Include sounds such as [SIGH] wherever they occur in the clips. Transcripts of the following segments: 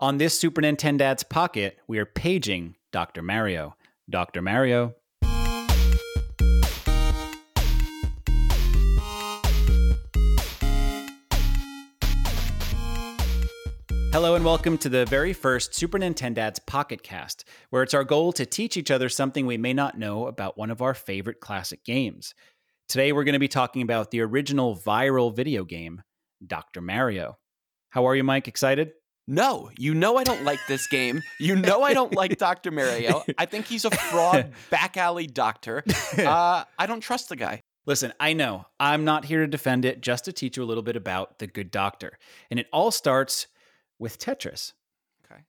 On this Super Nintendat's pocket, we are paging Dr. Mario. Dr. Mario. Hello and welcome to the very first Super Nintendat's Pocket Cast, where it's our goal to teach each other something we may not know about one of our favorite classic games. Today we're going to be talking about the original viral video game, Dr. Mario. How are you, Mike? Excited? No, you know I don't like this game. You know I don't like Dr. Mario. I think he's a [LAUGHS] fraud, back alley [LAUGHS] doctor. Uh, I don't trust the guy. Listen, I know I'm not here to defend it, just to teach you a little bit about the good doctor. And it all starts with Tetris. Okay.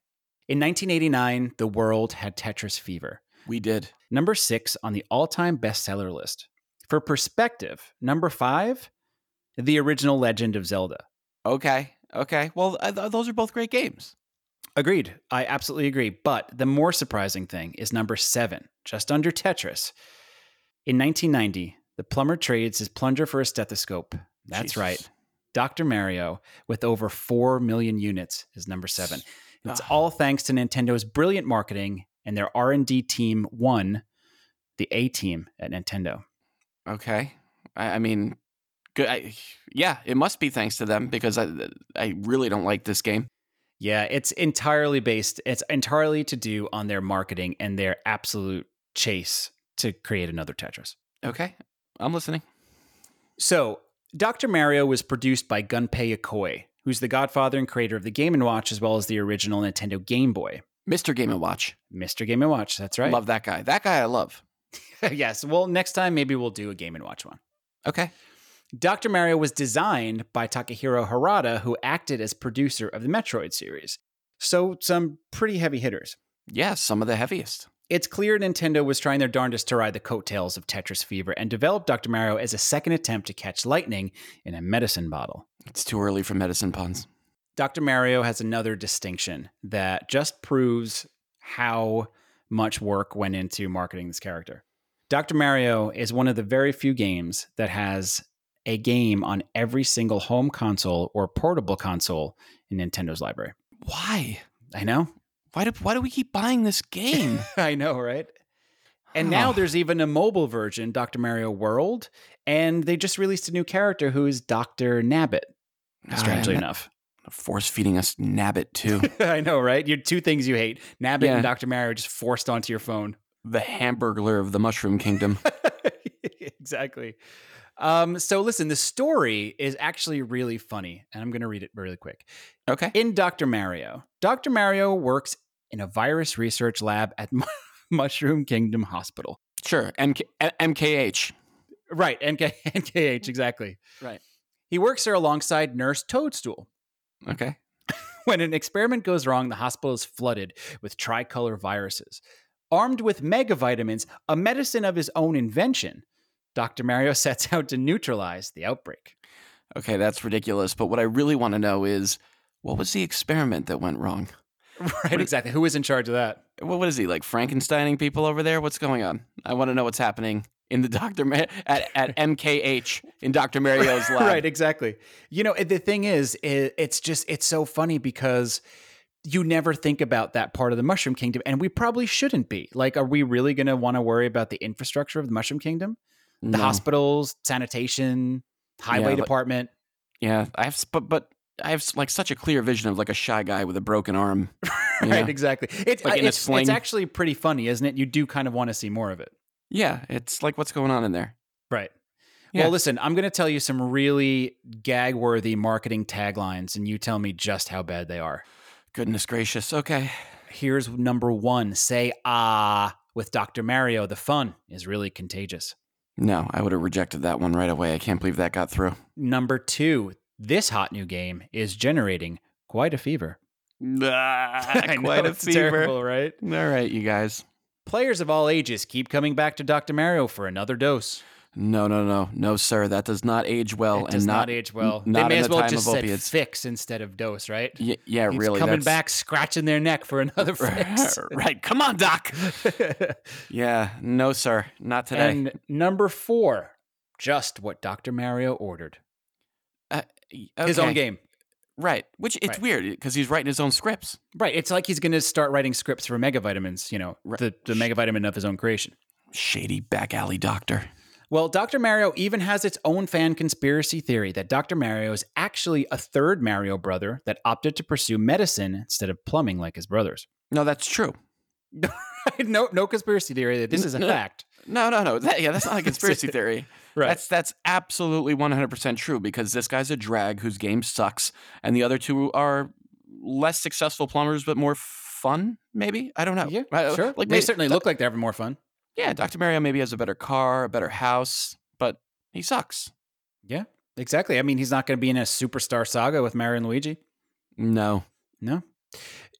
In 1989, the world had Tetris fever, We did. number six on the all time bestseller list. For perspective, number five, The Original Legend of Zelda. Okay. Okay. Well, uh, th- those are both great games. Agreed. I absolutely agree. But the more surprising thing is number seven, just under Tetris. In 1990, the plumber trades his plunger for a stethoscope. That's Jesus. right. Dr. Mario, with over 4 million units, is number seven. It's Ah. all thanks to Nintendo's brilliant marketing and their R&D team one, the A team at Nintendo. Okay. I, I mean, good. I, yeah, it must be thanks to them because I, I really don't like this game. Yeah, it's entirely based, it's entirely to do on their marketing and their absolute chase to create another Tetris. Okay. I'm listening. So, Dr. Mario was produced by Gunpei Yokoi, who's the godfather and creator of the Game & Watch as well as the original Nintendo Game Boy. Mr. Game and Watch. Mr. Game & Watch, that's right. Love that guy. That guy I love. [LAUGHS] yes, well, next time maybe we'll do a Game & Watch one. Okay. Dr. Mario was designed by Takahiro Harada, who acted as producer of the Metroid series. So, some pretty heavy hitters. Yeah, some of the heaviest. It's clear Nintendo was trying their darndest to ride the coattails of Tetris fever and developed Dr. Mario as a second attempt to catch lightning in a medicine bottle. It's too early for medicine puns. Dr. Mario has another distinction that just proves how much work went into marketing this character. Dr. Mario is one of the very few games that has a game on every single home console or portable console in Nintendo's library. Why? I know. Why do, why do we keep buying this game? [LAUGHS] I know, right? And now Huh. there's even a mobile version, Dr. Mario World, and they just released a new character who is Dr. Nabbit, strangely I'm enough. force feeding us Nabbit [LAUGHS] too. I know, right? You're two things you hate. Nabbit Yeah. and Dr. Mario just forced onto your phone. [LAUGHS] the Hamburglar of the Mushroom Kingdom. exactly. Um, so listen, the story is actually really funny, and I'm going to read it really quick. Okay. In Dr. Mario, Dr. Mario works in a virus research lab at [LAUGHS] Mushroom Kingdom Hospital. Sure. MK- uh, MKH. Right, NK- [LAUGHS] NKH, exactly. Right. He works there alongside Nurse Toadstool. Okay. [LAUGHS] When an experiment goes wrong, the hospital is flooded with tricolor viruses. Armed with megavitamins, a medicine of his own invention, Dr. Mario [LAUGHS] sets out to neutralize the outbreak. Okay, that's ridiculous. But what I really want to know is what was the experiment that went wrong? [LAUGHS] Right, exactly. Who is in charge of that? What, what is he, like Frankensteining people over there? What's going on? I want to know what's happening in the [LAUGHS] Dr. Mar- at, at MKH in [LAUGHS] Dr. Mario's [LAUGHS] lab. Right, exactly. You know, the thing is, i it's just, it's so funny because you never think about that part of the Mushroom Kingdom, and we probably shouldn't be. Like, are we really going to want to worry about the infrastructure of the Mushroom Kingdom? The No. hospitals, sanitation, highway but- department. Yeah, I have, s- but, but I have s- like such a clear vision of like a shy guy with a [LAUGHS] broken arm. You know? Right, exactly. It's uh, Like in a it's, it's sling. actually pretty funny, isn't it? You do kind of want to see more of it. Yeah, it's like what's going on in there. Right. Yeah. Well, listen, I'm going to tell you some really gag worthy marketing taglines, and you tell me just how bad they are. Goodness gracious. Okay. Here's number one say ah with Dr. Mario. The fun is really contagious. No, I would have rejected that one right away. I can't believe that got through. Number two, this hot new game is generating quite a fever. [LAUGHS] [LAUGHS] I [LAUGHS] know, Quite a it's fever. terrible, right? All right, you guys. Players of all ages keep coming back to Dr. Mario for another dose. No, no, no, no, sir. That does not age well, it does Oh, and not, not, e-, age well. n- not they may in as the well time just of said opiates. fix instead of dose, right? Y- yeah, Keeps really. coming that's- back, scratching their neck for [LAUGHS] another fix. right. Come on, Doc. [LAUGHS] Yeah, no, sir. Not today. and number four, just what Dr. Mario ordered. Uh, His own okay. game. Right. Which it's Right. weird because he's writing his own scripts. Right. It's like he's going to start writing scripts for megavitamins, you know, Right. the, the megavitamin of his own creation. Shady back alley doctor. Well, Dr. Mario even has its own fan conspiracy theory that Dr. Mario is actually a third Mario brother that opted to pursue medicine instead of plumbing like his brothers. [LAUGHS] No, that's true. no, no conspiracy theory. This is a [LAUGHS] No. fact. No, no, no. That, yeah, that's not a [LAUGHS] conspiracy theory. Right. That's that's absolutely 100% true because this guy's a drag whose game sucks and the other two are less successful plumbers but more fun maybe? I don't know. yeah, I- sure. Like they maybe, certainly look like they're having more fun. yeah, Dr. Mario maybe has a better car, a better house, but he sucks. Exactly. I mean, he's not going to be in a superstar saga with Mario and Luigi. No. No.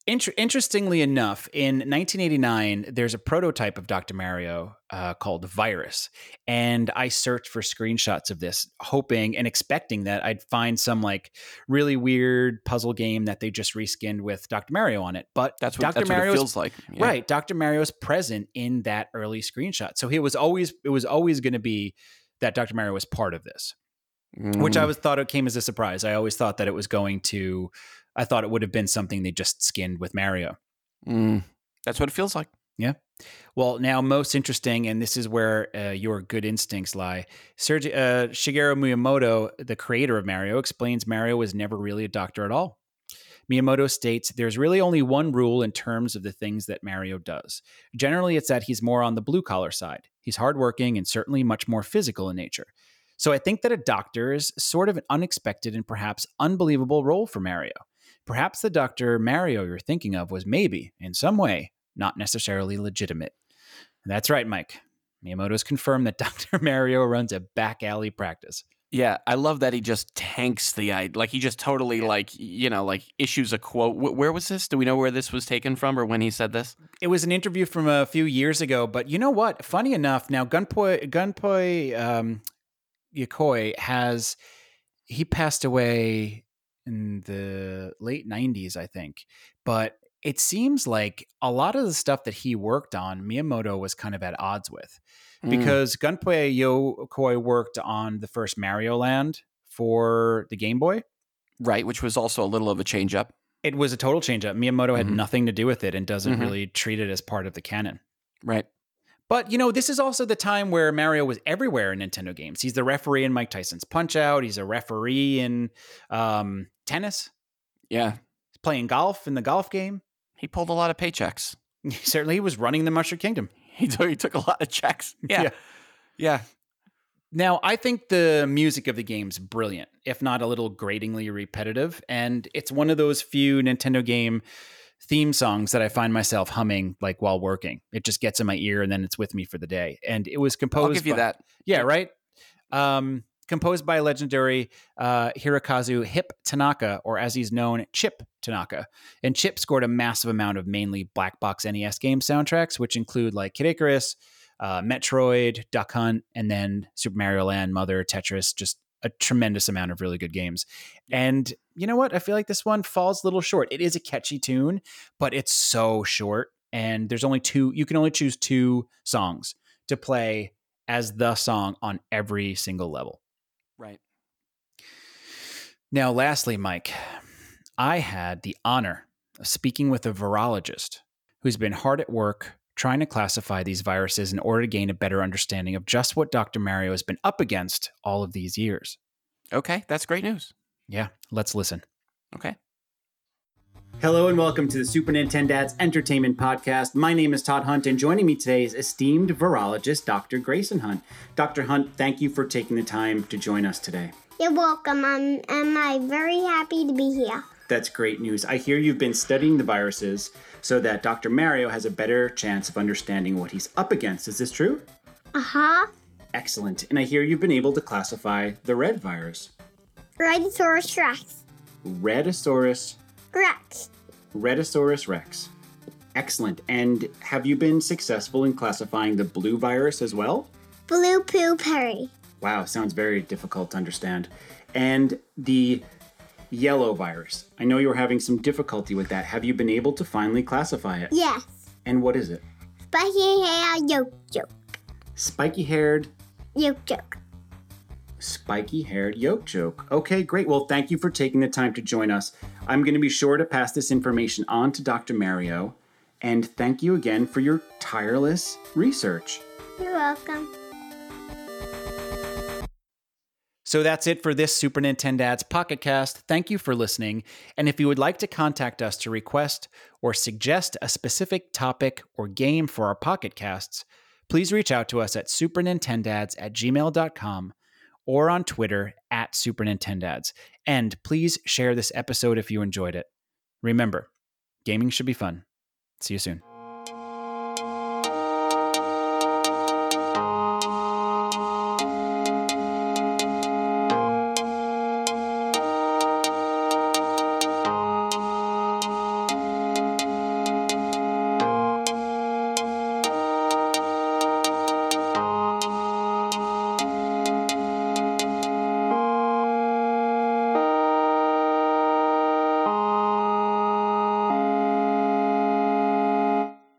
Inter- interestingly enough, in 1989, there's a prototype of Dr. Mario uh, called Virus. And I searched for screenshots of this, hoping and expecting that I'd find some like really weird puzzle game that they just reskinned with Dr. Mario on it. But That's what, Dr. that's what it Mario's feels like. Yeah. Right, Dr. Mario's present in that early screenshot. So he was always it was always going to be that Dr. Mario was part of this which I Mm. was thought it came as a surprise. I always thought that it was going to. I thought it would have been something they just skinned with Mario. Mm. That's what it feels like. Well, now most interesting, and this is where uh, your good instincts lie. Sergi- uh, Shigeru Miyamoto, the creator of Mario, explains Mario was never really a doctor at all. Miyamoto states there's really only one rule in terms of the things that Mario does. Generally, it's that he's more on the blue collar side. He's hardworking and certainly much more physical in nature. So I think that a doctor is sort of an unexpected and perhaps unbelievable role for Mario. Perhaps the doctor Mario you're thinking of was maybe, in some way, not necessarily legitimate. That's right, Mike. Miyamoto's confirmed that [LAUGHS] Dr. Mario runs a back alley practice. Yeah, I love that he just tanks the idea. Like he just totally like you know like issues a quote. Wh- where was this? Do we know where this was taken from or when he said this? It was an interview from a few years ago, but you know what? Funny enough, now Gunpoy Gunpoy um, Yokoi has he passed away in the late '90s, I think. But it seems like a lot of the stuff that he worked on, Miyamoto was kind of at odds with. Mm. because Gunpei Yokoi worked on the first Mario Land for the Game Boy. Mm, right, which was also a little of a change up. It was a total change up. Miyamoto had Mhm. nothing to do with it and doesn't Mhm. really treat it as part of the canon. Right. But you know, this is also the time where Mario was everywhere in Nintendo games. He's the referee in Mike Tyson's Punch Out. He's a referee in um, tennis. Yeah, He's playing golf in the golf game. [LAUGHS] he pulled a lot of paychecks. [LAUGHS] Certainly, he was running the Mushroom Kingdom. He took, he took a lot of [LAUGHS] checks. Yeah. Yeah. yeah. Now, I think the music of the game's brilliant, if not a little gratingly repetitive, and it's one of those few Nintendo game theme songs that I find myself humming like while working. It just gets in my ear and then it's with me for the day. And it was composed I'll give you by- that. Yeah, right? Um composed by legendary uh Hirokazu Hip Tanaka or as he's known, Chip Tanaka. And Chip scored a massive amount of mainly black box NES game soundtracks which include like Kid Icarus, uh, Metroid, Duck Hunt, and then Super Mario Land, Mother, Tetris, just a tremendous amount of really good games. And you know what? I feel like this one falls a little short. It is a catchy tune, but it's so short. And there's only two, you can only choose two songs to play as the song on every single level. Right. Now, lastly, Mike, I had the honor of speaking with a virologist who's been hard at work trying to classify these viruses in order to gain a better understanding of just what Dr. Mario has been up against all of these years. Okay, that's great news. Yeah, let's listen. Okay. Hello and welcome to the Super Nintendad's Entertainment Podcast. My name is Todd Hunt, and joining me today is esteemed virologist Dr. Grayson Hunt. Dr. Hunt, thank you for taking the time to join us today. You're welcome. I'm, am I very happy to be here? That's great news. I hear you've been studying the viruses so that Dr. Mario has a better chance of understanding what he's up against. Is this true? Uh huh. Excellent. And I hear you've been able to classify the red virus. Rhinoceros Rex. Redosaurus, Rex. Redosaurus rex. Excellent. And have you been successful in classifying the blue virus as well? Blue Poo Perry. Wow, sounds very difficult to understand. And the yellow virus. I know you were having some difficulty with that. Have you been able to finally classify it? Yes. And what is it? Spiky hair. Yoke joke. Spiky haired Yoke joke. spiky haired yoke joke. Okay, great. Well, thank you for taking the time to join us. I'm going to be sure to pass this information on to Dr. Mario, and thank you again for your tireless research. You're welcome. So that's it for this Super Nintendad's Pocket Cast. Thank you for listening. And if you would like to contact us to request or suggest a specific topic or game for our Pocket Casts, please reach out to us at supernintendads at gmail.com or on Twitter at supernintendads. And please share this episode if you enjoyed it. Remember, gaming should be fun. See you soon.